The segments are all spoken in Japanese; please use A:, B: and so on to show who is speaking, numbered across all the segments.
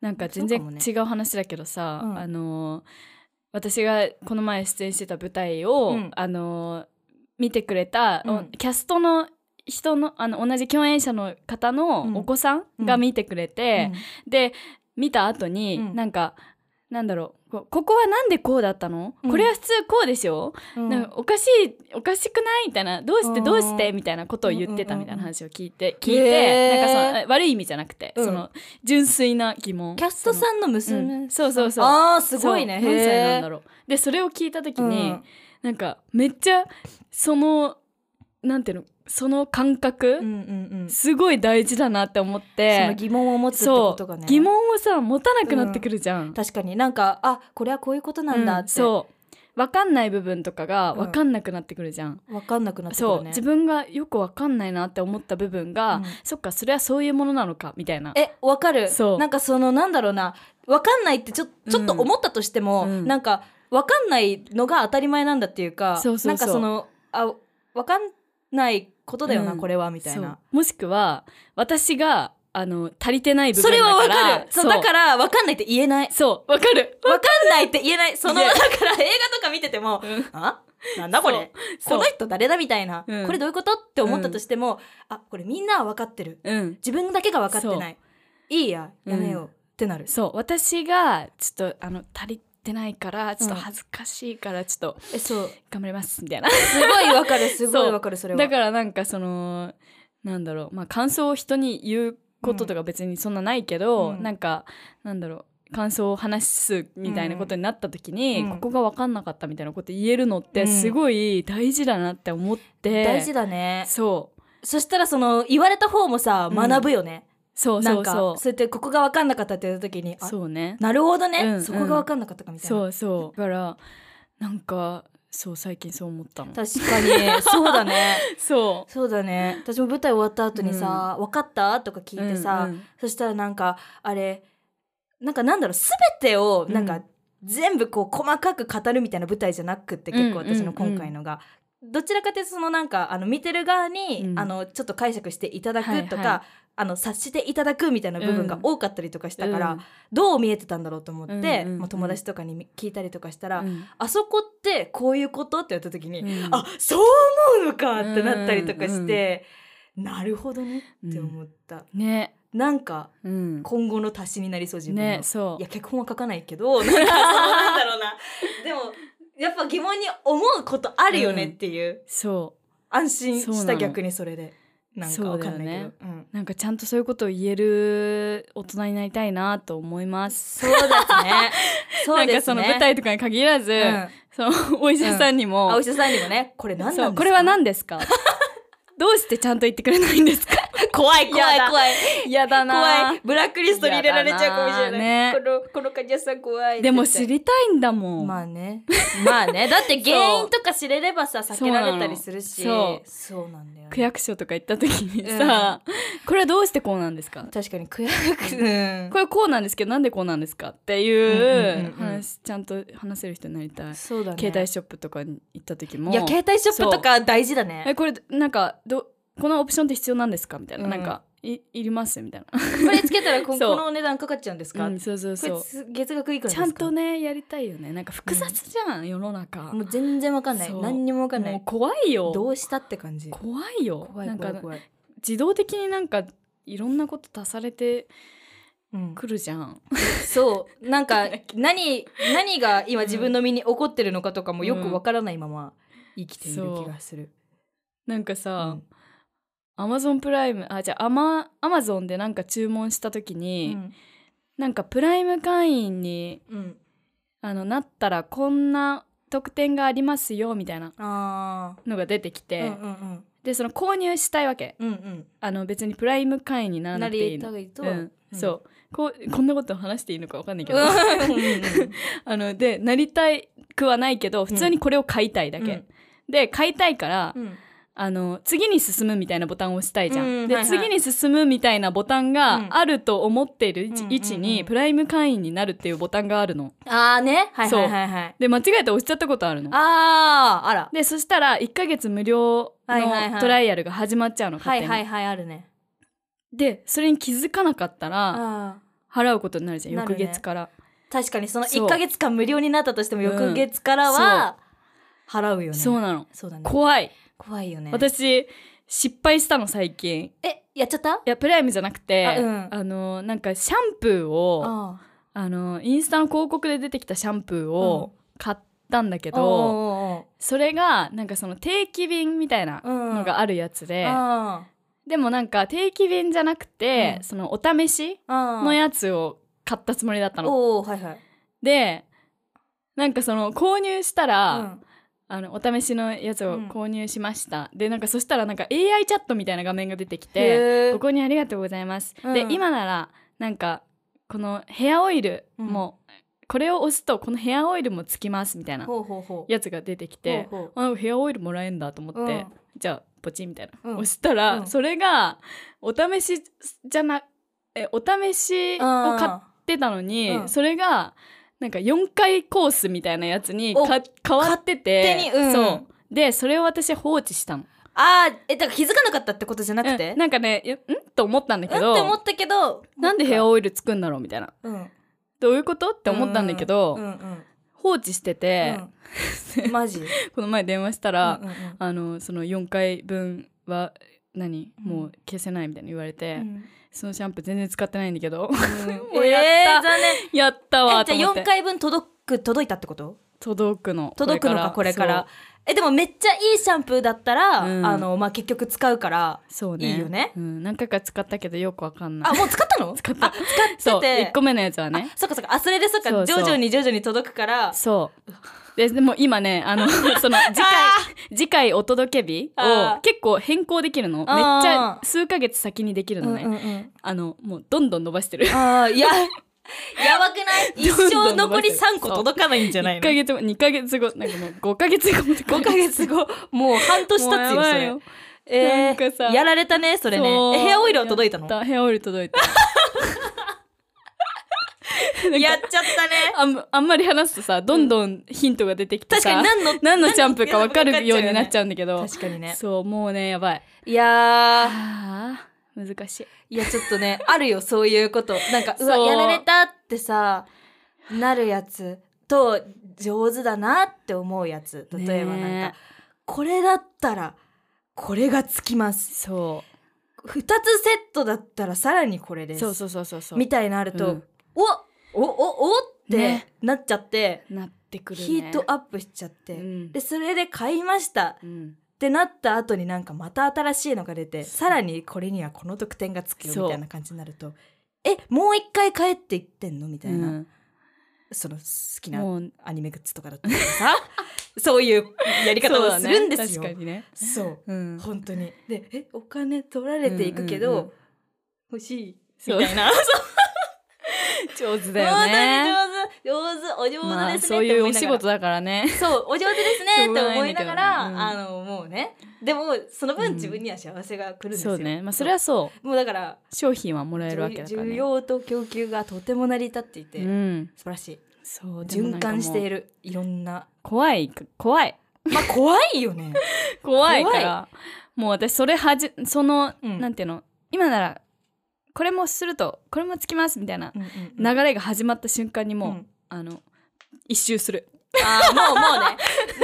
A: なんか全
B: そうかも
A: 然
B: ね
A: 違う話だけどさ、
B: うん
A: あの私がこの前出演してた舞台を、
B: うん
A: あの見てくれた、お
B: うん
A: キャストの人のあの同じ共演者の方
B: うん
A: のお子さんが見てくれて、で見た後に、
B: うん
A: なんかなんだろうこここはなんでこうだったの、
B: うん
A: これは普通こうでしょ、
B: うん
A: なんかおかしいおかしくないみたいなどうして
B: うん
A: どうしてみたいなことを言ってたみたいな話を聞いて聞い
B: へ
A: て
B: ー
A: なんかそのえ悪い意味じゃなくて、
B: うん
A: その純粋な疑問
B: キャストさんの
A: その
B: 娘、
A: うんそうそうそう
B: ああすごいね
A: そう何歳なんだ
B: ろ
A: ろうでそれを聞いた時
B: う
A: に、
B: ん
A: なんかめっちゃそのなんていうのその感覚、
B: うんうんうん、そ
A: すごい大事だなって思って
B: の疑問を持つってことがね
A: そう疑問をさ持たなくなってくるじゃん、
B: 確かになんかあこれはこういうことなんだって、
A: うそう分かんない部分とかが
B: うん
A: 分かんなくなってくるじゃん、
B: 分かんなくなってく
A: そう
B: るね
A: 自分がよく分かんないなって思った部分が、
B: うん
A: そっかそれはそういうものなのかみたいな
B: えわかる
A: そう
B: なんかそのなんだろうなわかんないってちょちょっと思ったとしても、
A: うん
B: なんかわかんないのが当たり前なんだっていうか
A: そうそうそう
B: なんかそのあわかんないことだよな、
A: うん
B: これはみたいな
A: そうもしくは私があの足りてない部
B: そ
A: 分だから
B: れはわかるそう
A: そう
B: だからわかんないって言えない
A: そうわかる
B: わかんないって言えないその
A: 言え
B: だから映画とか見て ても
A: うん
B: あなんだこれ
A: そ
B: こ
A: う
B: の人誰だみたいな、
A: うん
B: これどういうことって思ったとしても、あこれみんなは分かってる
A: うん
B: 自分だけが分かってないいいややめよう、ってなる
A: そう私がちょっとあの足りてないからちょっと
B: うん
A: 恥ずかしいからちょっと
B: えそう
A: 頑張りますみたいな、
B: すごいわ かるすごいわかるそれは
A: だからなんかそのなんだろうまあ感想を人に言うこととか別にそんなないけど、
B: うん
A: なんかなんだろう感想を話すみたいなことになった時に、
B: うん
A: ここが分かんなかったみたいなこと言えるのっ
B: う
A: て
B: ん
A: すごい大事だなって思って、
B: 大事だね
A: そう
B: そしたらその言われた方もさ
A: うん
B: 学ぶよね、
A: そう
B: な
A: そ
B: ん
A: う
B: か
A: そ
B: そうやってここが分かんなかったって言った時に
A: う
B: あ
A: そうね
B: なるほどね、
A: うんうん
B: そこが分かんなかったかみたいな
A: そうそうだからなんかそう最近そう思ったの
B: 確かにそうだね
A: そ
B: そうだね私も舞台終わった後にさ「分かった?」とか
A: う
B: 聞いてさ、
A: うんうん
B: そしたらなんかあれなんかなんだろう全てをなん
A: う
B: か
A: ん
B: 全部こう細かく語るみたいな舞台じゃなくって結構
A: うんうんうん
B: 私の今回のが。どちらかというとそのなんかあの見てる側に、
A: うん
B: あのちょっと解釈していただ
A: はいは
B: く
A: い
B: とか、あの察していただくみたいな部分が
A: うん
B: 多かったりとかしたから、
A: うん
B: どう見えてたんだろうと思って、
A: うんうんうん
B: まあ、友達とかに聞いたりとかしたら、
A: うん
B: あそこってこういうことって言った時に、
A: うん
B: あそう思うのかってなったりとかして、なるほどねって思った、
A: ね
B: なんか
A: うん
B: 今後の足しになりそう自分の、
A: ねそ
B: いうや脚本は書かないけど なんかそうなんだろうなでもやっぱ疑問に思うことあるよねっていう、
A: そう
B: 安心
A: そう
B: した
A: なの
B: 逆にそれでなんかわかんないけど
A: そう
B: うん
A: なんかちゃんとそういうことを言える大人になりたいなと思います。
B: そうですね そ
A: な
B: うですね
A: んかその舞台とかに限らず、
B: うん
A: そのお医者さんにも、
B: あお医者さんにもねこれ何なんです
A: そ
B: か
A: うこれは何 ですかどうしてちゃんと言ってくれないんですか
B: 怖い怖い
A: やだ
B: 怖い
A: 嫌だ
B: 怖
A: ない
B: ブラックリストに入れられちゃうかもしれない
A: やだな
B: このこの患者さん怖い
A: でも
B: 絶
A: 知
B: 対
A: りたいんだもん、
B: まあねまあ ねだって原因とか知れればさ避けられたりするし
A: そうなの
B: そうなんだよね
A: 区役所とか行った時にさ、これはどうしてこうなんですか
B: 確かに区役所うん
A: これこうなんですけどなんでこうなんですかって
B: うんうん
A: い
B: うん
A: う
B: うん
A: 話ちゃんと話せる人になりたい、
B: そうだね
A: 携帯ショップとかに行った時も
B: いや携帯ショップとか大事だ
A: え
B: ね
A: これなんかどこのオプションって必要なんですかみたいな、
B: うん
A: なんかいいりますみたい
B: これつけたらこ
A: そ
B: こ
A: う
B: のお値段かかっちゃうんです
A: な、
B: か、
A: うん、そうそうそ
B: こ
A: う
B: れつ月額いくらです
A: ち
B: か
A: ゃんとねやりたいよねなんか複雑じゃん、世の中
B: もう全然わかんない
A: そう
B: 何にもわかんな
A: もう
B: い
A: 怖いよ
B: どうしたって感じ
A: 怖いよ
B: 怖い
A: なん
B: 怖い
A: か
B: 怖い
A: 自動的になんかいろんなこと足されて
B: うん
A: くるじゃん、
B: そうなんか何何が今自分の身に起こってるのかとかもよくわからないまま生きている気がする。
A: なんか
B: う
A: さ
B: ん
A: アマゾンプライムあじゃあアマアマゾンでなんか注文した時
B: う
A: に、
B: ん
A: なんかプライム会員に
B: うん
A: あのなったらこんな特典がありますよみたいな
B: あ
A: のが出てき
B: ー
A: て、
B: うんうん
A: でその購入したいわけ
B: うんうん
A: あの別にプライム会員になら
B: うん。
A: な
B: な
A: くていい
B: りた
A: の
B: がいと。
A: うんそうこうこんなこと話していいのかわかんないけ
B: うん
A: ど、
B: うん
A: あのでなりたくはないけど普通にこれを買いたいだけ、で買いたいから、
B: うんうん
A: あの次に進むみたいなボタンを押したいじゃん、
B: うん
A: で、
B: はいはい
A: 次に進むみたいなボタン
B: うん
A: があると思っている位
B: うんう
A: 置
B: んうん
A: 位置にプライム会員になるっていうボタンがあるの
B: ああねはい
A: そう
B: はいはいはい。
A: で間違えて押しちゃったことあるの
B: あああら
A: でそしたら1ヶ月無料
B: はいはいはい
A: のトライアルが始まっちゃうの
B: は
A: 勝手
B: い
A: に、
B: はいはいあるね。
A: でそれに気づかなかったら
B: あ
A: 払うことになるじゃん
B: なる
A: 翌
B: ね
A: 月から、
B: 確かにその
A: そう
B: 1か月間無料になったとしても
A: うん
B: 翌月からは払うよね、
A: そうなの
B: そうだね
A: 怖い、
B: 怖いよね
A: 私失敗したの最近い
B: えやっちゃった
A: やプライムじゃなくて
B: あ
A: あ、
B: うん
A: のなんかシャンプーをあ
B: あ
A: のインスタの広告で出てきたシャンプーを買ったんだけ
B: け
A: ど、それがなんかその定期便みたいなのがあるやつで、
B: あ
A: でもなんか定期便じゃなくて、
B: うん
A: そのお試し
B: あ
A: のやつを買ったつもりだったの。
B: おおはいはい
A: でなんかその購入したら、
B: うん
A: あのお試しのやつを
B: うん
A: 購入しました、でなんかそしたらなんか AI チャットみたいな画面が出てきて「
B: へー
A: ご購入ありがとうございます」
B: うん
A: で今ならなんかこのヘアオイルも、これを押すとこのヘアオイルもつきますみたいな
B: ほうほうほう
A: やつが出てきて
B: ほうほ
A: あなんかヘアオイルもらえんだと思って、
B: ううん
A: じゃあポチンみたいな、
B: うん
A: 押したら、
B: うん
A: それがお試しじゃなえお試しを買っ
B: あ
A: てたのに、
B: うん
A: それがなんか4回コースみたいなやつに
B: お
A: か変わってて
B: 勝手にうん
A: そうでそれを私放置したの
B: ーあーえだから気づかなかったってことじゃなく
A: う
B: て
A: んなんかねいやんと思ったんだ
B: うん
A: け
B: って
A: ど、
B: 思ったけど
A: なんでヘア
B: を
A: オイルつくんだろうみたいな
B: っ
A: どういうことって思ったんだけど、
B: うんうん
A: 放置してて、
B: うん マジ
A: この前電話したら、
B: うんうんうん
A: あのその4回分は何
B: うん
A: もう消せないみたいに言われて、
B: うん
A: そのシャンプー全然使ってないんだけど
B: うん
A: もうやった
B: えー残念
A: やった わ
B: え
A: と
B: じ
A: 思
B: ゃあ
A: って
B: 4回分届く届いたってこと
A: 届くの
B: 届くのかこれからえでもめっちゃいいシャンプーだったら、
A: うん
B: あのまあ、結局使うから
A: そうそうね
B: いいよね
A: うん、何回か使ったけどよくわかんない
B: あもう使った の
A: 使った
B: あ使ってて
A: そう1個目のやつはね
B: あそっかそっかあそれでそっか
A: そうそう
B: 徐々に徐々に届くから
A: そうででも今ね あのその次回次回お届け日
B: あ
A: を
B: ー
A: 結構変更できるのめっち
B: あ
A: ゃ
B: ー
A: 数ヶ月先にできるのね、
B: うんうんうん
A: あのもうどんどん伸ばしてる
B: あーいや やばくない一
A: ど
B: 生
A: んどん伸
B: 残
A: ばして
B: り
A: る
B: 3個届かないんじゃない
A: 1
B: の
A: ヶ月後2ヶ月後なんかもう5ヶ月後 とか
B: 5ヶ月後もう半年経つ
A: もうや
B: よ
A: ばい
B: それえ
A: なんかさ
B: ー、やられたねそれね
A: そう
B: えヘアオイルは届いたの
A: やったヘアオイル届い たなんか
B: やっちゃったね
A: あんあんまり話すとさどんどんヒントが出てきて
B: 確
A: さ、
B: かに何の
A: 何のシャンプーか分かるようになっち
B: ゃ
A: ゃうんだけど、
B: 確かにね
A: そうもうねやばい
B: いやー
A: あー難しい
B: いやちょっとねあるよそういうことなんかうわ
A: そう
B: やられたってさなるやつと上手だなって思うやつ例えばなんか、
A: ね
B: これだったらこれがつきます
A: そ
B: 2つセットだったらさらにこれで
A: う
B: す
A: そうそうそうそうそう
B: みたいなのあると、
A: うん
B: おおおおって、
A: ね
B: なっちゃって、
A: なってくるね
B: ヒートアップしちゃって、
A: うん
B: でそれで買いました
A: うん
B: ってなった後になんかまた新しいのが出てさらにこれにはこの得点がつくよ
A: そう
B: みたいな感じになるとえもう一回帰っていってんのみたいな、
A: うん
B: その好きな
A: もう
B: アニメグッズとかだったりさ そういうやり方
A: そう
B: を
A: だ
B: す
A: ね
B: るんですよ。そう,、
A: 確かにねうん
B: 本当にでえお金取られていくけど、
A: うんうんうん
B: 欲しいみ
A: そう
B: たいなそう
A: 上手だよね
B: 上手上手お上
A: まあ
B: 手ですね
A: そう
B: って
A: いう
B: 思
A: お
B: いな
A: 仕
B: がら
A: 事だからね
B: そうお上手です ねって思いながら、
A: しょうがないん
B: あのもうねでもその
A: うん
B: 分自分には幸せが来るんですよ、
A: そうねまあそれはそう
B: もうだから
A: 商品はもらえるわけだから
B: 需
A: ね
B: 要と供給がとても成り立っていて、
A: うん
B: 素晴らしい
A: そうでもな
B: 循
A: んかもう
B: 環しているいろんな
A: 怖い怖い
B: まあ怖いよ ね
A: 怖いからもう私それはじその、
B: うん
A: なんていうの今ならこれもするとこれもつきますみたいな
B: うんうんうん
A: 流れが始まった瞬間にもう、
B: うん
A: あの一周する
B: あーもうもうね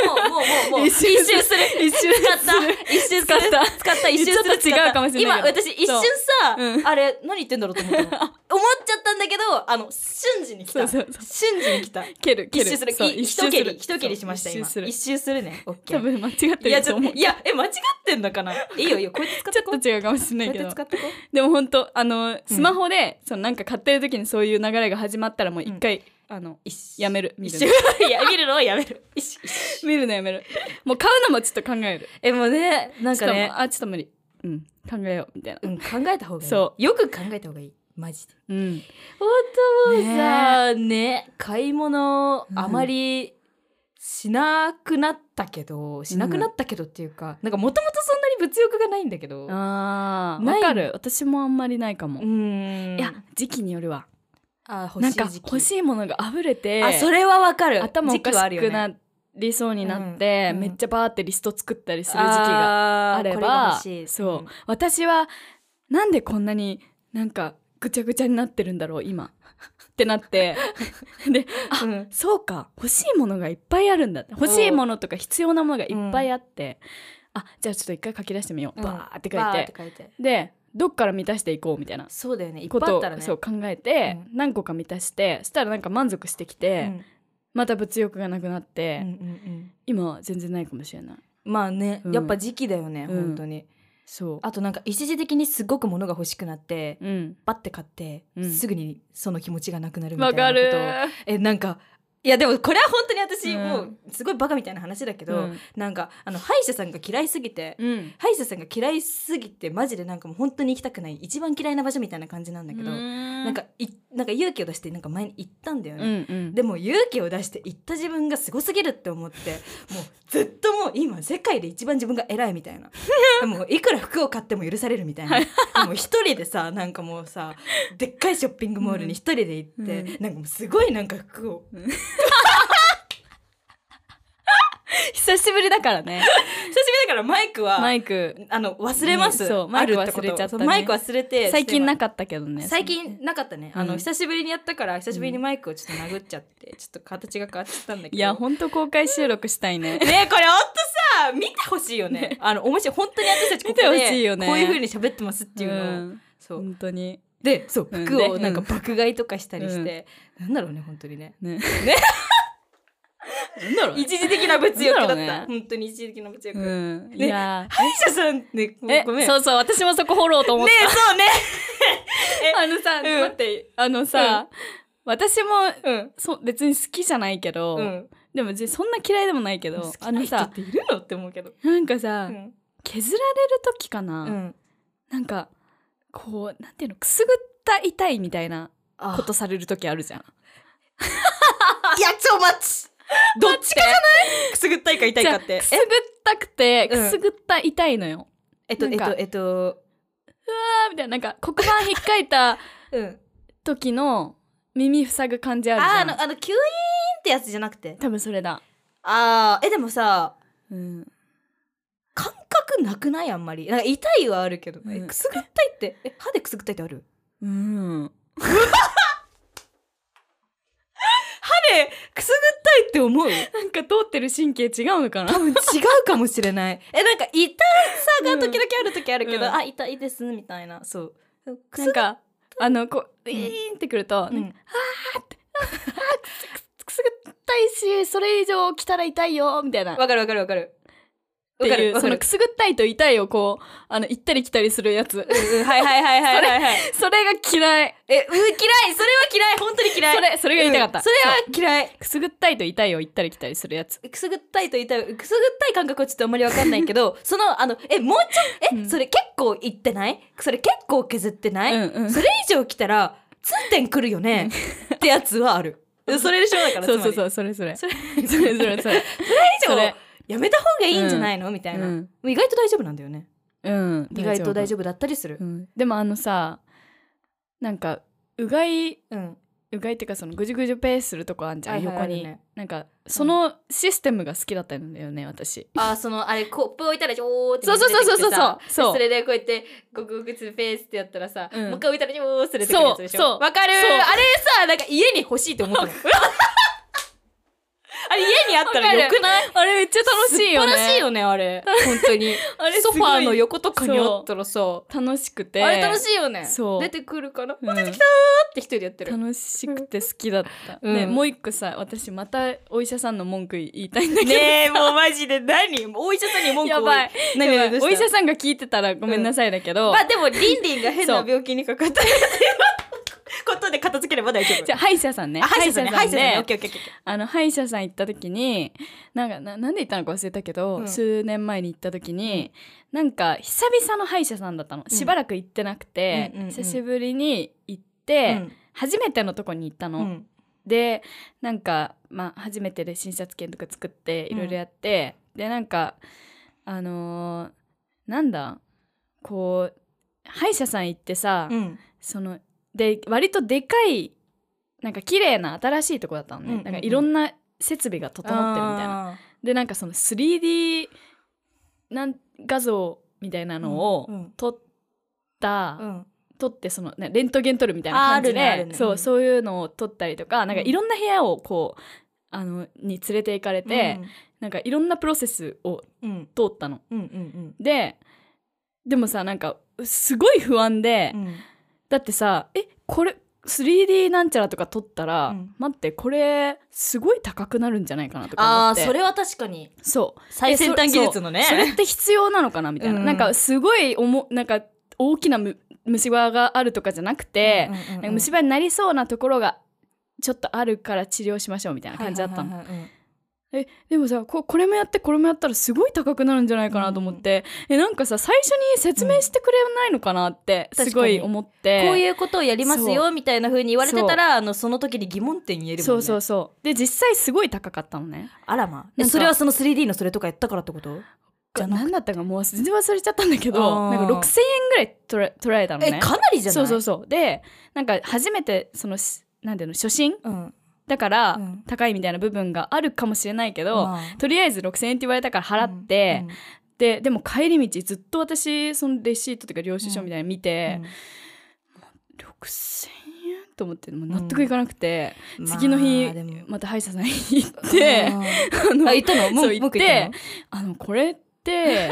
B: もうもうもうもう
A: 一周する 一周
B: 使った一瞬
A: 使った
B: 使った一瞬する
A: ちょっと違うかもしれないけど
B: 今私一瞬さ、
A: そううん
B: あれ何言ってんだろうと思っ たの思っちゃったんだけどあの瞬時に来
A: そう
B: た
A: そうそう
B: 瞬時に来た
A: 蹴る蹴
B: 一
A: る
B: 周する
A: そう
B: い
A: 周
B: 一蹴り一蹴りしました
A: そう一
B: 今
A: 周する
B: 一周するねオッケ
A: 多
B: ー
A: 分間違って
B: いや
A: る
B: ち
A: と
B: ょっ
A: 思う
B: といやえ間違ってんのかないいよいいよこうやって使って
A: ち
B: こ
A: ょ
B: う
A: っと違うかもしれない
B: こう
A: け
B: や
A: ど
B: って使ってこう
A: でも本当あのスマホで、そのなんか買ってる時にそういう流れが始まったらもう一回、あの
B: 一
A: やめる見
B: 一
A: る
B: 周
A: の
B: いや見るのはやめる一周
A: 見るのやめるもう買うのもちょっと考える
B: えもうねなんか
A: ちょっとも
B: ね
A: うあちょっと無理うん考えようみたいな
B: うん考えた方がいい
A: そ
B: よく考えた方がいいマジで
A: うん
B: 本当もうさね買い物
A: うん
B: あまりしなくなったけど、しなくなったけどっていうかなんかもともとそんなに物欲がないんだけどう
A: あー
B: な
A: わ
B: い
A: かる私もあんまりないかも、
B: ーん
A: いや時期によるわ
B: あ欲
A: なん
B: しい
A: か
B: 時期
A: 欲しいものが溢れて
B: あそれはわかる
A: 頭お
B: 時
A: か
B: 期はある
A: し
B: よね
A: くなりそうになって、
B: うんうん
A: めっちゃバーってリスト作ったりする時期が
B: が
A: あれ
B: これが
A: ば
B: 欲しい
A: そう、私はなんでこんなになんかぐちゃぐちゃになってるんだろう今ってなって
B: うん
A: そうか欲しいものがいっぱいあるんだ欲しいものとか必要なものがいっぱいあって、あじゃあちょっと一回書き出してみよう、
B: うん
A: バーって書い
B: バーってて書いて
A: でどっから満たしていこうみたいな
B: そうだよねいっぱ
A: こ
B: いあ
A: と
B: った
A: を、
B: らね
A: そう考えて、
B: う
A: 何個か満たしてしたらなんか満足してきて、
B: うん
A: また物欲がなくなって、
B: うんうん
A: 今は全然ないかもしれない
B: うんまあね
A: うん
B: やっぱ時期だよね
A: うん
B: 本当に
A: そう
B: あとなんか一時的にすごく物が欲しくなって
A: うん
B: バッて買って
A: うん
B: すぐにその気持ちがなくなるみた
A: わ
B: いな
A: か
B: こ
A: る
B: とをえなんかいやでもこれは本当に私、
A: うん
B: もうすごいバカみたいな話だけど、
A: うん
B: なんかあの歯医者さんが嫌いすぎて、
A: うん
B: 歯医者さんが嫌いすぎてマジでなんかもう本当に行きたくない一番嫌いな場所みたいな感じなんだけど、
A: な
B: なんかいなんか勇気を出してなんか前に行ったんだよ
A: う
B: ね。
A: んうん
B: でも勇気を出して行った自分がすごすぎるって思ってもうずっともう今世界で一番自分が偉いみ たいなもういくら服を買っても許されるみたいなもう一人でさなんかもうさでっかいショッピングモールに一人で行って、
A: うん
B: なんかもうすごいなんか服を
A: 久しぶりだからね
B: 久しぶりだからマイクは
A: マイク
B: あの忘れます、
A: ねそう
B: あるてこ
A: マイク忘れちゃったね
B: そうマイク忘れて
A: 最近な
B: か
A: かったけどね
B: 最近なかったね、あ
A: う
B: の
A: ん
B: 久しぶりにやったから久しぶりにマイクをちょっと殴っちゃって、ちょっと形が変わっちゃったんだけど
A: いやほんと公開収録したいね
B: ねえこれほんとさ見てほしいよね あの面白い本当に私たちここで
A: 見てほしいよね
B: こういうふうに喋ってますっていうのを、
A: ん
B: そう
A: 本当に
B: でそう
A: うん
B: 服を
A: で
B: なんか
A: うん
B: 爆買いとかしたりして、なんだろうね本当にね
A: ね
B: なんだろう、一時的な物欲だった
A: なんだろうね
B: 本当に一時的な物欲、
A: うんい
B: ね
A: や
B: 歯医者さんねご
A: え
B: ごめん
A: そうそう私もそこ掘ろうと思っ
B: ね
A: て
B: え そうね
A: あのさ
B: うん
A: 待ってあのさ私も
B: うん
A: そう別に好きじゃないけど、
B: うん
A: でもじそんな嫌いでもないけ
B: 好
A: ど
B: き
A: あ
B: な
A: の
B: 人っ
A: さ
B: ているのって思うけど、
A: なんかさ、
B: うん
A: 削られる時かな、
B: うん、
A: なんかこうなんていうのくすぐった痛いみたいな
B: あ
A: ことされる時あるじゃん
B: いやちょ待ちどっちかじゃないくすぐったいか痛いかっ
A: じゃあ
B: て
A: くすぐったくて
B: う
A: く
B: ん
A: すぐった痛いのよ、
B: えっとえ
A: な
B: っ
A: んか
B: とえっと
A: あーみたいななんか黒板ひっかいた
B: うん
A: 時の耳塞ぐ感じあるじ
B: あ
A: ゃ
B: あ
A: ん
B: のあのキュイーンってやつじゃなくて
A: 多分それだ、
B: ああえでもさ
A: うん、
B: 感覚なくないあんまりなんか痛いはあるけど、
A: うん
B: えくすぐったいってえ歯でくすぐったいってある
A: うん、
B: 歯でくすぐったいって思う
A: なんか通ってる神経違うのかな
B: 多分違うかもしれない えなんか痛さが時々ある時あるけど、
A: うん
B: あ痛いですみたいなそうくす
A: なんかあのこう
B: うん
A: イーンってくると、
B: うん
A: くすぐったいしそれ以上来たら痛いよみたいなっ
B: わかるわかるわかる
A: て
B: わか
A: い
B: る
A: う
B: わ
A: そ
B: か
A: の
B: る
A: くすぐったいと痛いをこうあの行ったり来たりするやつ
B: うんうんはいはいはいはいはいはい
A: それが嫌い
B: えうー嫌いそれは嫌い本当に嫌い
A: それそれが言いたかった、
B: うんそれは嫌い
A: くすぐったいと痛いを行ったり来たりするやつ
B: くすぐったいと言いたいくすぐったい感覚はちょっとあんまりわかんない けどそのあのえもうちょえ、
A: うん
B: それ結構いってないそれ結構削ってない、
A: うんうん
B: それ以上来たら痛点くるよねってやつはあるそれでしょだから
A: そうそうそううそれそれ
B: そ
A: そ
B: れ
A: れそれそれ
B: そ
A: そ
B: れ
A: れ
B: 以上やめた方がいいんじゃないの、みたいな、
A: う
B: も
A: ん
B: う意外と大丈夫なんだよね
A: うん
B: 意外と大
A: 丈
B: 丈夫だったりする
A: 夫、うん、でもあのさなんかうがい
B: うん
A: うがいっていうかそのぐじゅぐじゅペーするとこあんじゃん、
B: はいはい
A: 横に、
B: あるね
A: なんかそのシステムが好きだったんだよね私
B: あーそのあれコップ置いたらジョーって
A: そうそうそうそうそうそう
B: そ
A: そう
B: それでこうやってゴクゴクするペースってやったらさ、
A: うん
B: もう一回置いたらジョーって出てくるやつでし
A: そ
B: ょ
A: うそう
B: わかる
A: そう
B: あれさなんか家に欲しいと思ったの あれ家にあったらよくない
A: あれめっちゃ楽しいよね
B: 素晴らしいよねあれ本当 に
A: あれ
B: ソファー
A: 横
B: の横とかにあったらさ
A: 楽しくて
B: あれ楽しいよね
A: そう
B: 出てくるかな、
A: うん
B: 出てきたーって一人でやってる
A: 楽しくて好きだった、
B: うん
A: ねもう一個さ私またお医者さんの文句言いたいんだけど、
B: えもうマジで何もうお医者さんに文
A: やばい
B: 何
A: やばいお医者
B: ん
A: さんが聞いてたらごめんなさいだけど、
B: まあでもリンリンが変な病気にかかったっていうことで片付ければ大丈夫
A: じゃあ歯医者さんね
B: あ歯医者さんね歯医者
A: で
B: さんねオッケーオッケーオッケー
A: あの歯医者さん行った時になんかななんで行ったのか忘れたけど、
B: うん
A: 数年前に行った時になんか久々の歯医者さんだったの
B: ん
A: しばらく行ってなくて、
B: うんうんうん
A: 久しぶりに行って、初めてのとこに行ったの、
B: うん
A: でなんか、まあ、初めてで診察券とか作っていろいろやって、でなんかあのーなんだこう歯医者さん行ってさ、
B: うん
A: そので割とでかいなんか綺麗な新しいとこだったのね、
B: うんうんうん
A: なんかいろんな設備が整ってるみたいな
B: あ
A: でなんかその 3D なん画像みたいな
B: ー
A: のを
B: うん
A: 撮った
B: うん
A: 撮ってその、ね、レントゲン撮るみたいな
B: あ
A: 感
B: ー
A: じで
B: あるねあるね
A: そううんそういうのを撮ったりとかなんか
B: うん
A: いろんな部屋をこうあのに連れて行かれて、なんかいろんなプロセスを
B: うん、うん
A: 通ったの。
B: うんうん
A: ででもさなんかすごい不安で、
B: うん
A: だってさえこれ 3D なんちゃらとか撮ったら、
B: うん
A: 待ってこれすごい高くなるんじゃないかなとか思
B: あ
A: っ
B: あ
A: て
B: それは確かに
A: そう
B: 最先端技術の
A: それ
B: ね
A: って必要なのかなみたいな、
B: うん
A: なんかすごいおもなんか大きなむ虫歯があるとかじゃなくて、なんか虫
B: 歯
A: 歯になりそうなところがちょっとあるから治療しましょうみたいな感じだったの、でもさここれもやってこれもやったらすごい高くなるんじゃないかなと思って、えなんかさ最初に説明してくれないのかなって
B: うん
A: すごい思って、
B: こういうことをやります
A: そ
B: よみたいな風に言われてたらあのその時に疑問点言えるもんね
A: そうそうそうで実際すごい高かったのね
B: あらま
A: なんか
B: それはその 3D のそれとかやったからってことじゃなく
A: 何だったかもう全然忘れちゃったんだけど
B: あ
A: な
B: ー
A: んか6,000円ぐらい取ら取られたの
B: え
A: ね
B: かなりじゃない
A: そうそうそうでなんか初めてそのしなんていうの初心
B: うん
A: だから、
B: うん
A: 高いみたいな部分があるかもしれないけど、
B: ま
A: とりあえず6,000円って言われたから払
B: あ
A: って、
B: うんうん
A: ででも帰り道ずっと私そのレシートとか領収書みたいなの見て、6,000円と思ってもう納得いかなくて、
B: うん
A: 次の日
B: まあでも
A: また歯医者さんに行って
B: あー
A: あの
B: あ言ったのも
A: そう
B: う
A: 言っ
B: 僕
A: て
B: 言っ
A: あのこれって
B: た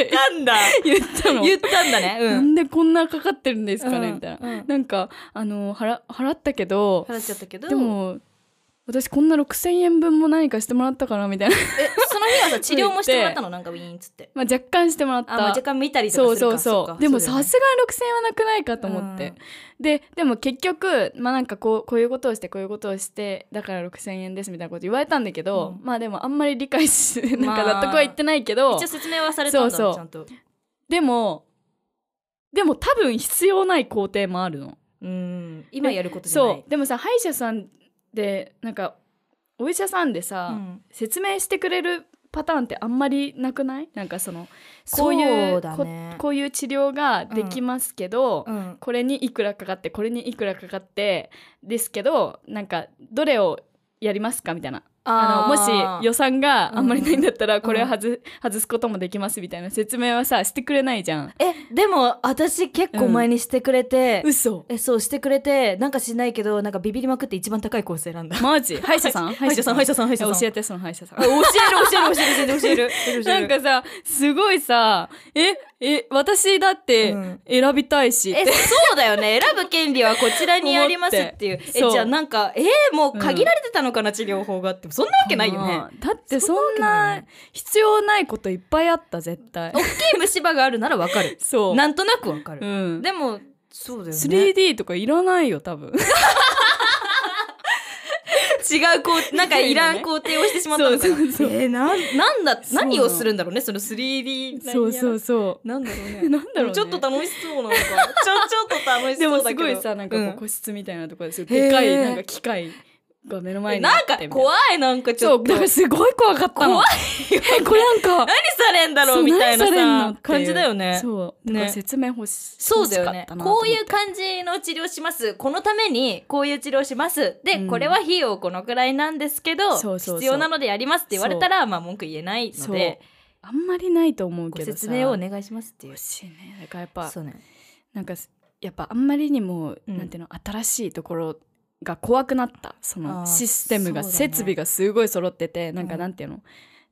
B: の言ったんだ
A: 言ったの
B: 言ったんだねう
A: なんんでこんなかかってるんですかね、みたいな。
B: な
A: なんかあの払払ったけど
B: 払っちゃったけど
A: でも私こんな6,000円分も何かしてもらったかなみたいな、
B: えその日はさ治療もしてもらったのなんかウィーンっつって
A: まあ、若干してもらっ
B: あま
A: た
B: あ若干見たりと
A: そう
B: かする
A: そう
B: か
A: そうでもさすがに
B: す
A: 6,000円はなくないかと思って、ででも結局まあなんかこうこういうことをしてこういうことをしてだから6,000円ですみたいなこと言われたんだけど、
B: う
A: まあでもあんまり理解しなんか
B: ま
A: 納
B: あ
A: 得は言ってないけど、
B: 一応説明はされたんだ
A: そうそう
B: ちゃんと
A: でもでも多分必要ない工程もあるの。
B: うん今やることじゃない
A: そうでもさ歯医者さんでなんかお医者さんでさ、
B: うん
A: 説明してくれるパターンってあんまりなくないなんかそのこういう
B: そうだね
A: ここういう治療ができますけど、
B: うん
A: これにいくらかかってこれにいくらかかってですけどなんかどれをやりますかみたいなあのもし予算があんまりないんだったらこれを外,、外すこともできますみたいな説明はさしてくれないじゃん。
B: えでも私結構前にしてくれて、
A: 嘘
B: えそうしてくれてなんかしないけどなんかビビりまくって一番高いコース選んだ
A: マジ歯医者さん
B: 歯医者さん歯医者さん歯医者さん
A: 教えてその歯医者さん
B: あ。教える教える教える教える教え る教
A: な
B: え
A: ん
B: る
A: かさすごいさええ私だって
B: うん
A: 選びたいし、
B: えそうだよ ね選ぶ権利はこちらにありますっていうえ
A: そう
B: じゃあなんかえーもう限られてたのかな、治療法がってそんなわけないよ ね、
A: うんだってそ
B: そんなわ
A: ん
B: けない
A: な
B: ね
A: 必要ないこといっぱいあった絶対
B: 大きい虫歯があるならわかる
A: そう
B: なんとなくわか
A: う
B: る、
A: ん、
B: でもそうだよね
A: 3D とかいらないよ多分
B: 違うこうなんかいらん工程をしてしまったのかな
A: そうそうそう
B: えーなんなんだ
A: うなの
B: 何をするんだろうねその 3D
A: そうそうそ
B: なんだろうね
A: うなんだろう、ね、
B: ちょっと楽しそうなのかちょちょっと楽しそうだけど
A: でもすごいさなんかこ
B: う
A: うん個室みたいなところですよ、でかい
B: へー
A: なんか機械が目の前
B: え
A: にあっ
B: なん
A: て
B: か
A: みたい
B: 怖いなんかち
A: そ
B: ょっ
A: うだ
B: と
A: からすごい怖かったの
B: 怖
A: い これなんか
B: 何されんだろ
A: そうう
B: みたいな
A: 何されんのっ
B: さ
A: ていう
B: 感じだよね
A: そうだ
B: ね
A: から説明欲し,、
B: そうだ
A: しか
B: よ
A: っ
B: ね
A: たなと思っ
B: こ
A: て
B: ういう感じの治療しますこのためにこういう治療しますで、
A: うん
B: これは費用このくらいなんですけ
A: そ
B: ど
A: うそうそう
B: 必要なのでやりますって言われたらまあ文句言えないので
A: あんまりないと思う
B: ご
A: けどさ
B: 説明をお願いしますっていう
A: 欲しいねだからやっぱ
B: そうね
A: なんかやっぱあんまりにも、
B: うん
A: なんていうの新しいところが怖くなったその
B: あー
A: システムが、
B: そうだね
A: 設備がすごい揃っててなんか
B: うん
A: なんていうの、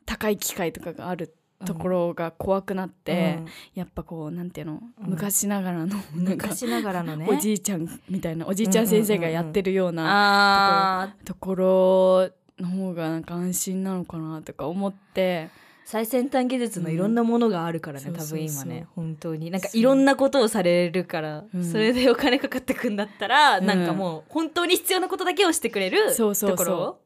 A: 高い機械とかがあるところが怖くなっ
B: うん
A: て、
B: うん
A: やっぱこうなんていうの
B: うん
A: 昔ながらのなんか、
B: 昔ながらのね
A: おじいちゃんみたいなおじいちゃん先生がやってるような
B: あー
A: ところの方がなんか安心なのかなとか思って
B: 最先端技術のいろんなものがあるからね、
A: うん
B: 多
A: そう
B: 分
A: そう
B: 今
A: そう
B: ね本当になんかいろんなことをされるから
A: う
B: そ,、
A: ん
B: れでお金かかってくんだったら、
A: うん
B: なんかもう本当に必要なことだけをしてくれる
A: そうそうそう
B: ところ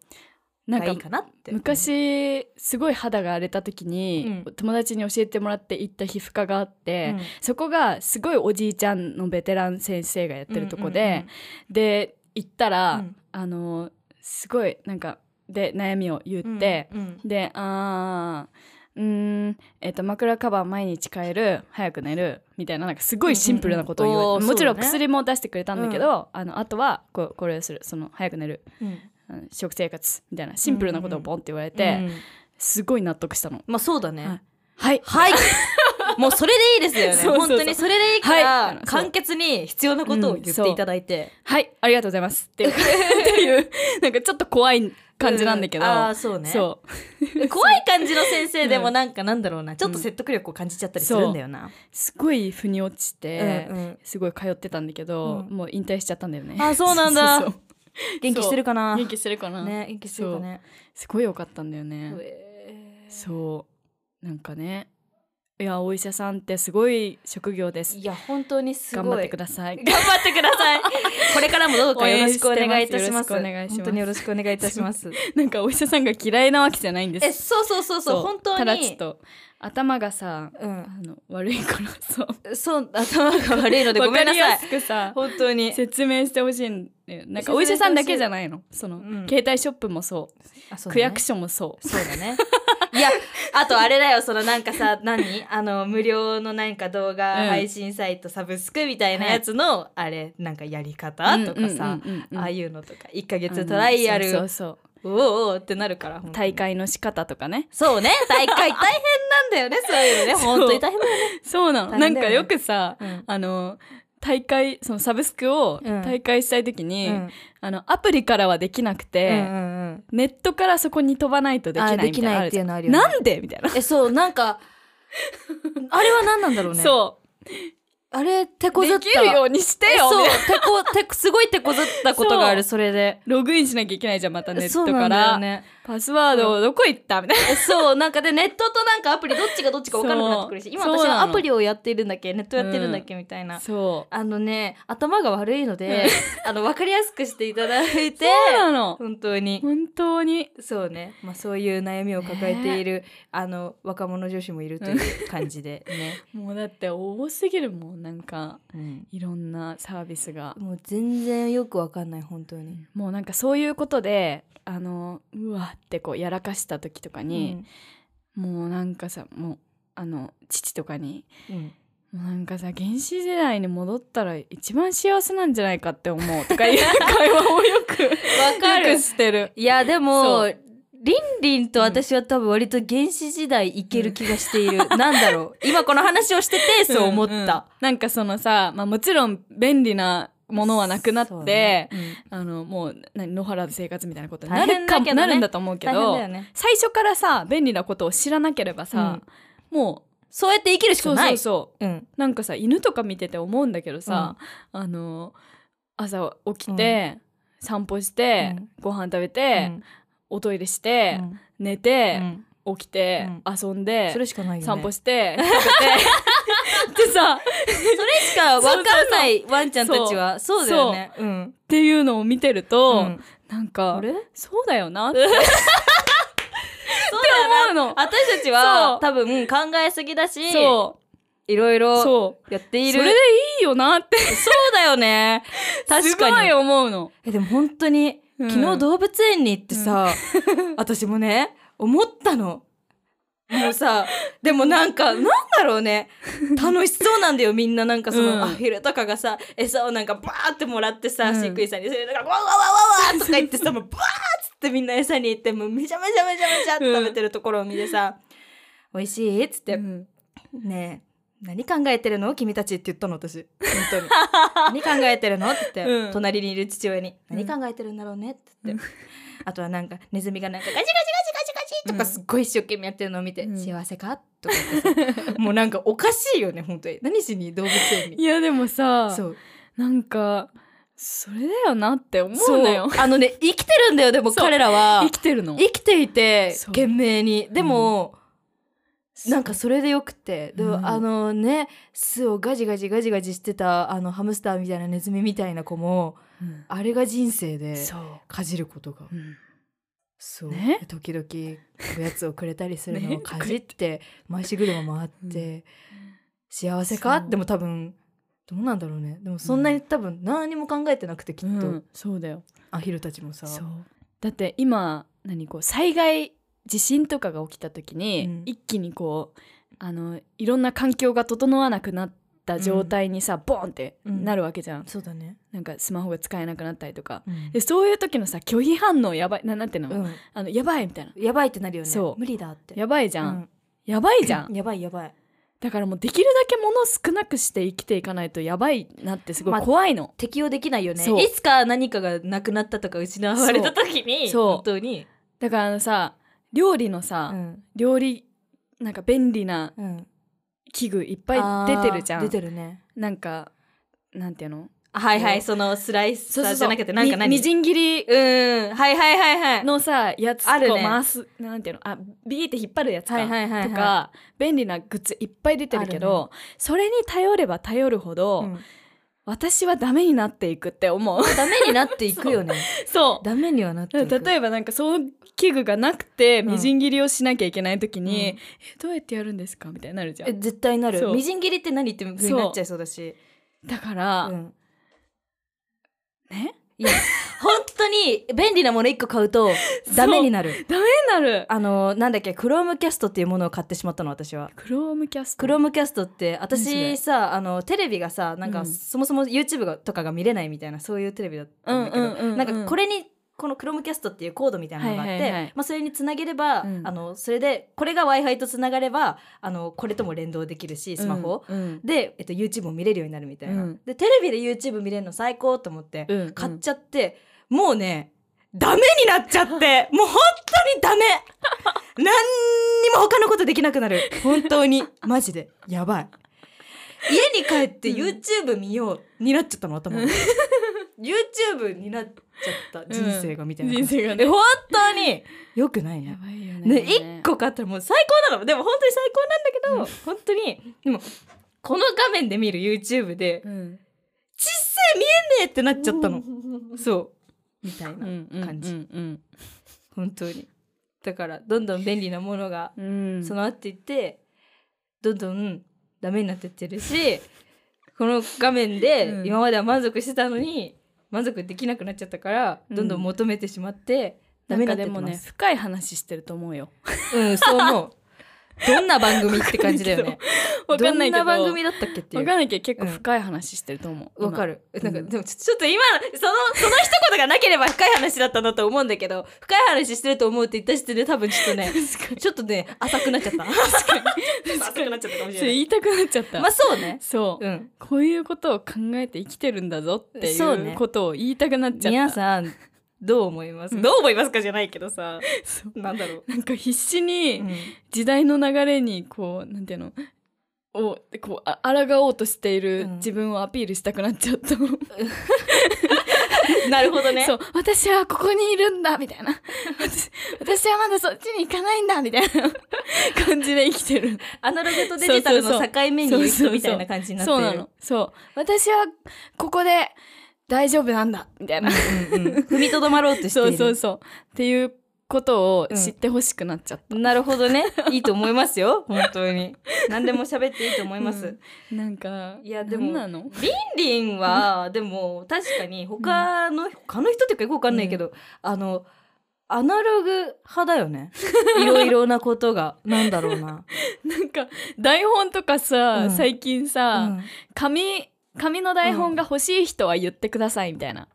A: なん
B: が
A: か
B: いいかなって
A: 昔すごい肌が荒れた時に、
B: う
A: 友達に教えてもらって行った皮膚科があって、
B: うん
A: そこがすごいおじいちゃんのベテラン先生がやってるとこで、で行ったら、
B: うん
A: あのすごいなんかで悩みを言
B: うんうんうん
A: って、
B: うんうん
A: であーうーんえっと枕カバー毎日変える早く寝るみたいななんかすごいシンプルなことを言われて、
B: うんうんうんおー
A: もちろん
B: そうだね
A: 薬も出してくれたんだけど、あのあとはこうこれをするその早く寝る
B: うん
A: うん食生活みたいなシンプルなことをボンって言われて、
B: うん
A: すごい納得したの。
B: まあそうだね、
A: はい。
B: はいもうそれでいいですよね
A: そうそうそう
B: 本当にそれでいいから、
A: はい
B: 簡潔に必要なことを言っていただいて、
A: はいありがとうございますっ ていうっていうなんかちょっと怖い感じなんだけど、
B: うああそうね
A: そう
B: 怖い感じの先生で
A: う
B: も
A: ん
B: なんかなんだろうなちょっと説得力を感じちゃったりするんだよな、
A: すごい腑に落ちて、
B: うんうん
A: すごい通ってたんだけど、
B: うん
A: もう引退しちゃったんだよね
B: あそうなんだ
A: そうそう
B: 元気してるかな
A: 元気してるかな、
B: ね元気してるかね
A: すごい良かったんだよね、
B: えー
A: そうなんかねいやお医者さんってすごい職業です
B: いや本当にすごい
A: 頑張ってください
B: 頑張ってくださいこれからもどうかよろしくお願いいたします
A: 応援してます
B: 本当によろしくお願いいたします
A: なんかお医者さんが嫌いなわけじゃないんです
B: えそうそうそうそう本当に
A: ただちょっと頭がさ
B: うん
A: あの悪いからそう
B: そう 頭が悪いのでご
A: わ
B: め
A: か
B: んな
A: りや
B: さい
A: すくさ
B: 本当に
A: 説明してほしいんだよなんかお医者さんだけじゃないのその、
B: うん
A: 携帯ショップもそう
B: あそうだ
A: 区
B: ね
A: 役所もそう
B: そうだねいやあとあれだよそのなん かさ何あの無料のなんか動画
A: うん
B: 配信サイトサブスクみたいなやつの、あれなんかやり方とかさ、
A: うんうんうんうん
B: ああいうのとか1ヶ月トライアル
A: あのそうそうそう
B: おおおうってなるから本当に
A: 大会の仕方とかね
B: そうね大会大変なんだよねそういうの
A: そ
B: ね
A: う
B: 本当に大変だよね
A: そうなの、
B: 大
A: な
B: 変
A: ん
B: だよ
A: か
B: ね
A: よくさ、
B: うん
A: あの大会そのサブスクを
B: うん
A: 大会したい時に、
B: うん
A: あのアプリからはできなく
B: うん
A: て、
B: うんうん
A: ネットからそこに飛ばないとできない
B: あでき
A: みたいな
B: な
A: のあ
B: いっ
A: る
B: て
A: じ
B: い
A: ゃ
B: うんのあるよね
A: なんでみたいな、
B: えそうなんかあれは何なんだろうね
A: そ
B: あれ手
A: う
B: こず
A: で
B: った
A: きるようにして
B: え
A: よ
B: そう
A: みたいな
B: 手こ手こすごい手こずったことがあるそれで
A: ログインしなきゃいけないじゃんまたネッ
B: そう
A: ト
B: な
A: か
B: んだ
A: ら、
B: よね
A: パスワードどこ行ったみたいな
B: えそうなんかでネットとなんかアプリどっちがどっちか分からなくなってくるし
A: そう
B: 今
A: そう
B: 私
A: な
B: は
A: の
B: アプリをやっているんだっけネットやってるんだっけみたいな、
A: そう
B: あのね頭が悪いので、あの分かりやすくしていただいて
A: そうなの
B: 本当に
A: 本当に
B: そうね、まあ、そういう悩みを抱えている、あの若者女子もいるという感じで ね、
A: もうだって多すぎるもんなんか
B: うん
A: いろんなサービスが
B: もう全然よく分かんない本当に。
A: もうなんかそういうことであのうわってこうやらかした時とかに、もうなんかさもうあの父とかに
B: うんうん
A: もうなんかさ原始時代に戻ったら一番幸せなんじゃないかって思うとかいう会話をよくよ
B: わかる
A: くしてる。
B: いやで
A: そ
B: も
A: う
B: りんりんと私は多分割と原始時代いける気がしている、なんだろう今この話をしててそう思った、
A: んんなんかそのさ、まあ、もちろん便利なものはなくなって、
B: そうねうん
A: あのもうな野原で生活みたいなことにな
B: 大
A: る
B: 変
A: かも、
B: だけどね
A: なるんだと思うけ
B: 大変
A: ど、
B: だよね
A: 最初からさ便利なことを知らなければさ、も
B: そうやって生きる
A: う
B: し
A: そ
B: か
A: う
B: な
A: そう
B: い
A: そう
B: うん
A: なんかさ犬とか見てて思うんだけどさ、あの朝起きて、散歩して、
B: うん
A: ご飯食べ
B: う
A: て、
B: ん
A: おトイレし
B: う
A: て、
B: ん
A: 寝
B: う
A: て、
B: ん
A: 起きて、遊んで
B: それしかないよね
A: 散歩
B: し
A: して食べて ってさっ
B: か分かんないワンちゃんたちはそうだよねうん
A: ていうのを見てると、
B: うん
A: なんか
B: あれ
A: そうだよなって
B: そうだよね
A: 思うの。
B: 私たち
A: そう
B: は多分考えすぎだし
A: そ
B: いろいうろ
A: そ
B: やって
A: う
B: い
A: そ
B: る
A: れでいいよなって
B: そうだよね
A: す
B: 確
A: ご
B: かに
A: い思うの。
B: えでも本当に、
A: うん
B: 昨日動物園に行ってさ、私もね思ったのも うさでもなんかなんだろうね楽しそうなんだよみんななんかその、
A: うん
B: アヒルとかがさ餌をなんかバーってもらって
A: う
B: さ、
A: ん
B: 飼育員さんにそれだから「わわわわわ」とか言ってさもうバーッつってみんな餌に行ってもうめちゃめちゃめちゃめちゃって食べてるところを見てさ「美味しい?」っつって
A: うん
B: ねえ何考えてるの君たちって言ったの私本当 に何考えてるのって言って、
A: うん
B: 隣にいる父親に
A: うん
B: 何考えてるんだろうねって言
A: う
B: っ
A: ん
B: て、あとはなんかネズミがなんかガチガチガチガチガチと
A: う
B: か
A: ん
B: すっごい一生懸命やってるのを見て、
A: うん
B: 幸せかとか言っ てさもうなんかおかしいよね本当に何しに動物園
A: い
B: に
A: やでもさ
B: そう
A: なんかそれだよなって思
B: そう
A: うのよ
B: あのね生きてるんだよでも
A: そう
B: 彼らは
A: 生きてるの
B: 生きていて
A: そう
B: 懸命にでも、なんかそれでよくて、で
A: うん
B: あのね巣をガジガジガジガジしてたあのハムスターみたいなネズミみたいな子も
A: うん
B: あれが人生で
A: そ
B: かじることが
A: う、うん
B: そう、
A: ね
B: 時々おやつをくれたりするの
A: ね
B: をかじって回し車回って、幸せ
A: そ
B: か
A: う
B: でも多分どうなんだろうねでもそんなに多分何にも考えてなくてきっ
A: う
B: と
A: んそうだよ
B: アヒルたちもさ、
A: そうだって今何こう災害地震とかが起きた時に、
B: うん
A: 一気にこうあのいろんな環境が整わなくなった状態にさ、ボーンってなるわけじゃん、
B: そうだね、
A: なんかスマホが使えなくなったりとか
B: うん
A: でそういう時のさ拒否反応やばいななんていうの,、
B: うん
A: あのやばいみたいな
B: やばいってなるよね
A: そう
B: 無理だって
A: やばいじゃん、
B: うん
A: やばいじゃん
B: やばいやばい
A: だからもうできるだけ物を少なくして生きていかないとやばいなってすご
B: ま
A: い
B: あ
A: 怖いの、
B: 適用できないよね
A: そう
B: いつか何かがなくなったとか失われた時に
A: そう
B: 本当に
A: だからあのさ料理のさ、
B: ん
A: 料理なんか便利な
B: うん、いっ
A: 器具いっぱい出てるじゃ
B: 出
A: ん
B: てるね
A: なんかなんていうの
B: はいは
A: うん
B: いそのスライサーじゃなくてなんか何
A: みみじん切り
B: うんはいはいはいはい
A: のさやつ
B: ある
A: を
B: ね
A: 回す、なんていうのあビーって引っ張るやつか、
B: はいはいはいはい
A: とか便利なグッズいっぱい出てるけどそれに頼れば頼るほど、
B: うん
A: 私はダメになっていくって 思う
B: ダメになっていくよ ね
A: そ
B: ダメにはなって
A: う
B: いく
A: 例えばなんかその器具がなくて
B: うん
A: みじん切りをしなきゃいけない時に、
B: うん
A: えどうやってやるんですかみたいになるじゃ
B: え
A: ん
B: 絶対なる
A: そう
B: みじん切りって何って風になっちゃいそうだし
A: だから、
B: うん
A: ね
B: いや 本当に便利なもの1個買うとダメになる
A: ダメになる
B: あのなんだっけクロームキャストっていうものを買ってしまったの私は
A: クロームキャスト
B: クロームキャストって
A: 何それ
B: 私さあのテレビがさなんか、
A: うん
B: そもそも YouTube がとかが見れないみたいなそういうテレビだったんだけど、
A: うんうんうんうん
B: なんかこれにこのクロームキャストっていうコードみたいなのがあって、
A: はいはいはい
B: まあ、それにつなげれば、
A: うん
B: あのそれでこれが w i f i とつながればあのこれとも連動できるしスマホ、
A: うん
B: で、えっと、YouTube も見れるようになるみたいな、
A: うん
B: でテレビで YouTube 見れるの最高と思って
A: うんうん
B: 買っちゃって、もうねダメになっちゃって もう本当にダメ何にも他のことできなくなる本当にマジでやばい家に帰って
A: うん
B: YouTube 見ようになっちゃったの頭が YouTube になっちゃった人生がみたいな、
A: 人生が
B: で
A: ね
B: 本当によくないね
A: やばいよね
B: ね、1個買ったらもう最高なのでも本当に最高なんだけど、本当にでもこの画面で見る YouTube で
A: うん
B: 「ちっせえ見えねえ!」ってなっちゃったの、そうみたいな、
A: 感
B: 感じ
A: うん
B: 本当にだからどんどん便利なものが
A: うんうん、
B: 備わっていってどんどんダメになってってるしこの画面で
A: うん
B: 今までは満足してたのに満足できなくなっちゃったからどんどん求めてしまって、
A: な
B: ダメ
A: ん
B: に
A: か
B: なってっ
A: で
B: てま
A: も
B: す
A: ね深い話してると思う よ。
B: うん、そう思う。どんな番組って感じだよね。
A: わかんないけど
B: どんな番組だったっけってい
A: わ
B: う。
A: かんないけど結構深い話してると思う。
B: わか
A: る。
B: る。なんか、
A: うん
B: でもちょちょっと今、その、その一言がなければ深い話だったなと思うんだけど、深い話してると思うって言った時点で多分ちょっとね、ちょっとね、浅くなっちゃった。確か に。浅くなっちゃったかも
A: そ
B: し
A: れ
B: れ
A: 言いたくなっちゃっ
B: な
A: た。
B: い。まあそうね。
A: そう、
B: うん。
A: こういうことを考えて生きてるんだぞってい
B: そうね
A: うことを言いたくなっちゃった。
B: 皆さん、どう思いますどう思いますかじゃないけどさ、なんだろう。
A: なんか必死に時代の流れにこうなんていうのをこうあ抗おうとしている
B: うん
A: 自分をアピールしたくなっちゃった。
B: なるほどね。
A: そう私はここにいるんだみたいな私私はまだそっちに行かないんだみたいな 感じで生きてる
B: アナログとデジタルの境目にいる
A: そうそうそう
B: 人みたいな感じになって
A: そう
B: る。
A: なのそう私はここで大丈夫なんだみたいな
B: うんうん踏みとどまろうとしてい
A: そ
B: る
A: うそうそうっていうことを知ってほしくなっちゃった、
B: なるほどねいいと思いますよ本当に何でも喋っていいと思います、
A: なんか
B: いやでも
A: なんなの
B: リンリンはでも確かに他の、他の人っていうかよくわかんないけど、あのアナログ派だよね いろいろなこと がなんだろうな、
A: なんか台本とかさ、
B: うん
A: 最近さ、
B: うん
A: 紙紙の台本が欲しい人は言ってくださいみたいな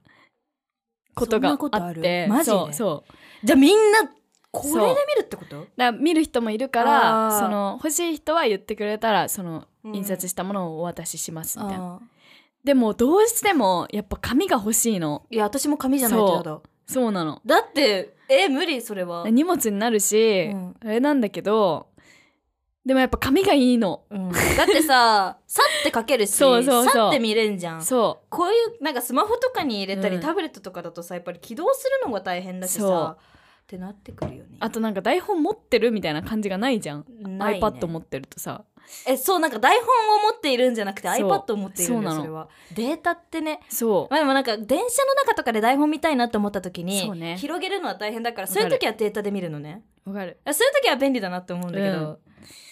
A: ことがあって
B: そんなことあるマジで
A: そうそう
B: じゃあみんなこれで見るってこと
A: だから見る人もいるから
B: あー
A: その欲しい人は言ってくれたらその
B: うん
A: 印刷したものをお渡ししますみたいな、
B: あー
A: でもどうしてもやっぱ紙が欲しいの
B: いや私も紙じゃないとやだ
A: そうなの
B: だってえ無理それは、
A: 荷物になるし、
B: うん
A: あれなんだけどでもやっぱ紙がいいの
B: だってささって書け るし
A: そうそうそう
B: さって見れんじゃん
A: そ
B: こういうなんかスマホとかに入れたり、
A: うん
B: タブレットとかだとさやっぱり起動するのが大変だし
A: そう
B: さってなってくるよね
A: うあとなんか台本持ってるみたいな感じがないじゃん、
B: ないね
A: iPad 持ってるとさ
B: えそうなんか台本を持っているんじゃなくて
A: そう
B: iPad を持っているんだ
A: そうな
B: よ
A: の
B: それはデータってね
A: そう
B: まあでもなんか電車の中とかで台本見たいなと思った時に
A: そう、ね
B: 広げるのは大変だから
A: わか
B: そう
A: る
B: いう時はデータで見るのね
A: わかる
B: あそういう時は便利だなって思うんだけど、
A: うん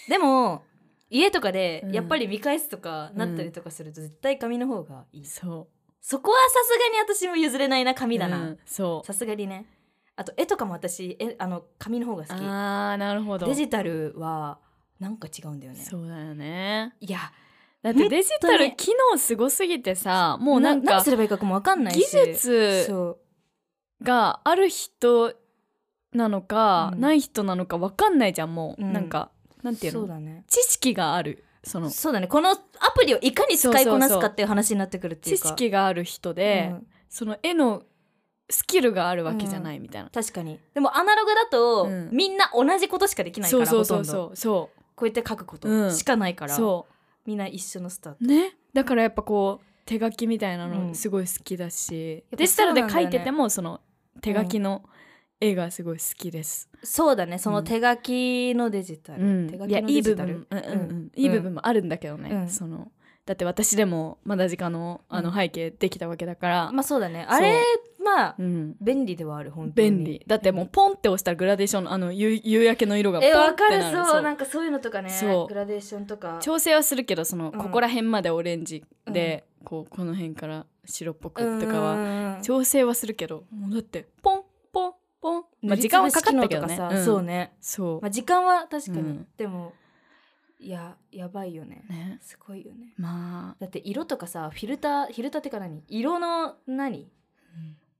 B: でも家とかで
A: うん
B: やっぱり見返すとかなったりとかすると絶対紙の方がいい、
A: そう
B: そこはさすがに私も譲れないな紙だな、
A: うんそう
B: さすがにねあと絵とかも私えあの紙の方が好き
A: あーなるほど
B: デジタルはなんか違うんだよね
A: そうだよね
B: いや
A: だってデジタ
B: 本当
A: ル
B: に
A: 機能すごすぎてさも
B: も
A: う
B: う
A: な
B: なん何
A: か
B: すればいいかもわかんないし
A: 技術
B: そう
A: がある人なのか、
B: うん
A: ない人なのかわかんないじゃんもう、
B: うん
A: なんかなんていう
B: そう
A: の
B: だね
A: 知識があるその
B: そうだねこのアプリをいかに使いこなすかっていう話になってくるってい
A: 知
B: うか
A: 識がある人で、
B: うん
A: その絵のスキルがあるわけじゃないみたいな。
B: 確かにでもアナログだと、
A: うん
B: みんな同じことしかできないか
A: そ
B: ら
A: うそうそ
B: ほと
A: うん
B: ど
A: そうそ
B: こうやって書くこ
A: う
B: と
A: ん
B: しかないか
A: う
B: ら、
A: そ
B: みんな一緒のスタート
A: うねだからやっぱこう手書きみたいな
B: う
A: の
B: ん
A: すごい好きだし、
B: やっぱ
A: デジタルで
B: そうなんだ
A: 書
B: よ
A: い
B: ね
A: ててもその手書きの絵がすごい好きです。
B: そうだねその
A: うん
B: 手書きのデジタル、
A: うん、
B: 手書
A: いや
B: きの
A: いい部
B: デジタル
A: 分、うんうんう
B: うん
A: ん、いい部分もあるんだけどね、
B: うん
A: そのだって私でもまだ時間のあ
B: う
A: の
B: ん
A: 背景できたわけだから、
B: まあそうだね
A: そう
B: あれまあ
A: うん、
B: 便利ではある本当に
A: 便利だってもうポンって押したらグラデーションのあの夕夕焼けの色がポンっ
B: え
A: てな
B: わかるそう
A: そう
B: なんかそういうのとかね
A: そう
B: グラデーションとか
A: 調整はするけどその、
B: うん
A: ここら辺までオレンジで、こうこの辺から白っぽくとかは、
B: は
A: 調整はするけどもうだってポンポンポン、ま
B: ま
A: あ、
B: あ
A: 時
B: 時
A: 間
B: 間
A: は
B: は
A: かか
B: かか
A: っ
B: ったた
A: け
B: け
A: ど
B: ど
A: ね
B: ね、
A: ん
B: そうね、
A: そう、
B: まあ、時間は確かに、
A: うん
B: でもいややばいよね
A: ね
B: すごいよね
A: まあ
B: だって色とかさフィルターフィルターってか何色の何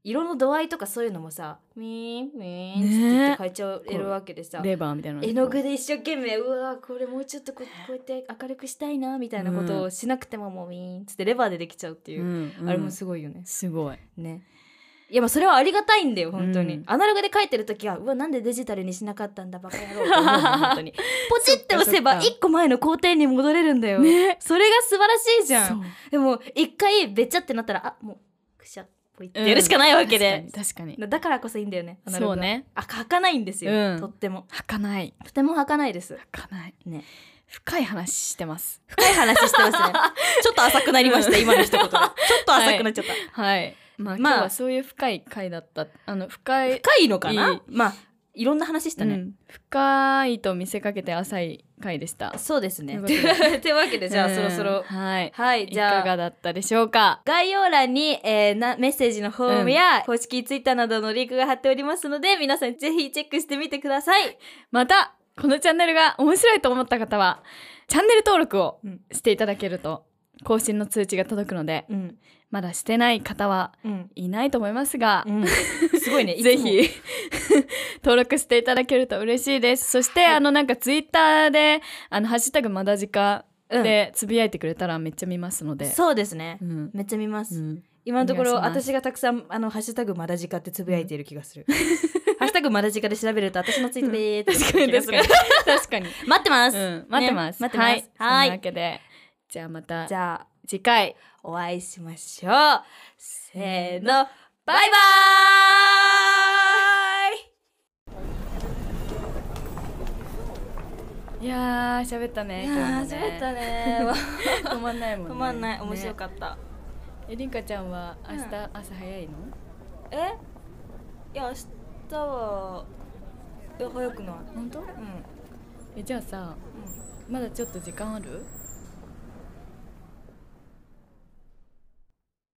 B: 色の度合いとかそういうのもさミーンミーンって言
A: ね
B: って変えちゃうえるわけでさ、
A: レバーみたいな
B: 絵の具
A: み
B: で一生懸命うわーこれもうちょっとここうやって明るくしたいなみたいなことをしなくてももうミーンっつってレバーでできちゃうっていう、あれもすごいよね
A: すごい
B: ねいやまあそれはありがたいんだよ本当に、
A: うん
B: アナログで書いてる時はうわなんでデジタルにしなかったんだバカ野郎って思うの本当に ポチって押せば
A: そっかそっ
B: 一個前の工程に戻れるんだよ、
A: ね
B: それが素晴らしいじゃ
A: そうん
B: でも一回べちゃってなったらあもうくしゃポイってやるしかないわけで、
A: 確かに確か
B: だからこそいいんだよねア
A: に
B: ナログ
A: そ
B: は
A: うね
B: あ書かないんですよ、
A: うん
B: とっても
A: はかない
B: とても書かないです
A: はかない
B: ね
A: 深い話してます
B: 深い話してますね ちょっと浅くなりました今の一 言がちょっと浅くなっちゃ った、
A: はいまあ、
B: まあ
A: 今日はそういう深い回だったあの深い
B: 深いのかない
A: い
B: まあいろんな話したね、
A: うん深いと見せかけて浅い回でした。
B: そうですね。
A: ということ
B: というわけで、じゃあ
A: うん
B: そろそろ。
A: はい。
B: はい、
A: い
B: じ
A: か
B: ゃあ。
A: がだったでしょうか。
B: 概要欄に、えーなメッセージのフォームや、公式ツイッターなどのリンクが貼っておりますので皆さんぜひチェックしてみてください。
A: またこのチャンネルが面白いと思った方はチャンネル登録を
B: うん
A: していただけると更新の通知が届くので
B: うん
A: まだしてない方は
B: うん
A: いないと思いますが、
B: す ごいね。いつも
A: ぜひ 登録していただけると嬉しいです。そして、
B: はい
A: あのなんかツイッターであのハッシュタグまだじか
B: うん
A: でつぶやいてくれたらめっちゃ見ますので。
B: そうですね
A: う。ん。
B: めっちゃ見ます。
A: う ん
B: 今のところ
A: お願いします
B: 私がたくさんあのハッシュタグまだじかってつぶやいている気 がする。ハッシュタグまだじかで調べると私のツイートでーって
A: 確かに確かに 確かに。
B: 待ってます。
A: うん、待ってます。
B: ね待ってます
A: はい。そ
B: はい
A: んなわけで、じゃあまた
B: じゃあ
A: 次回。
B: お会いしましょう。せーの、バイバーイ
A: いやー、喋ったね。
B: いやー喋ったね
A: 止まんないもんね。
B: 止まんない面白
A: っ
B: かった、
A: た。え、りんかちゃんは明
B: う
A: 日
B: ん
A: 朝早いの
B: えいや明日はいや早くない
A: 本当
B: うん、うん、
A: え、じゃあさ、まだちょっと時間ある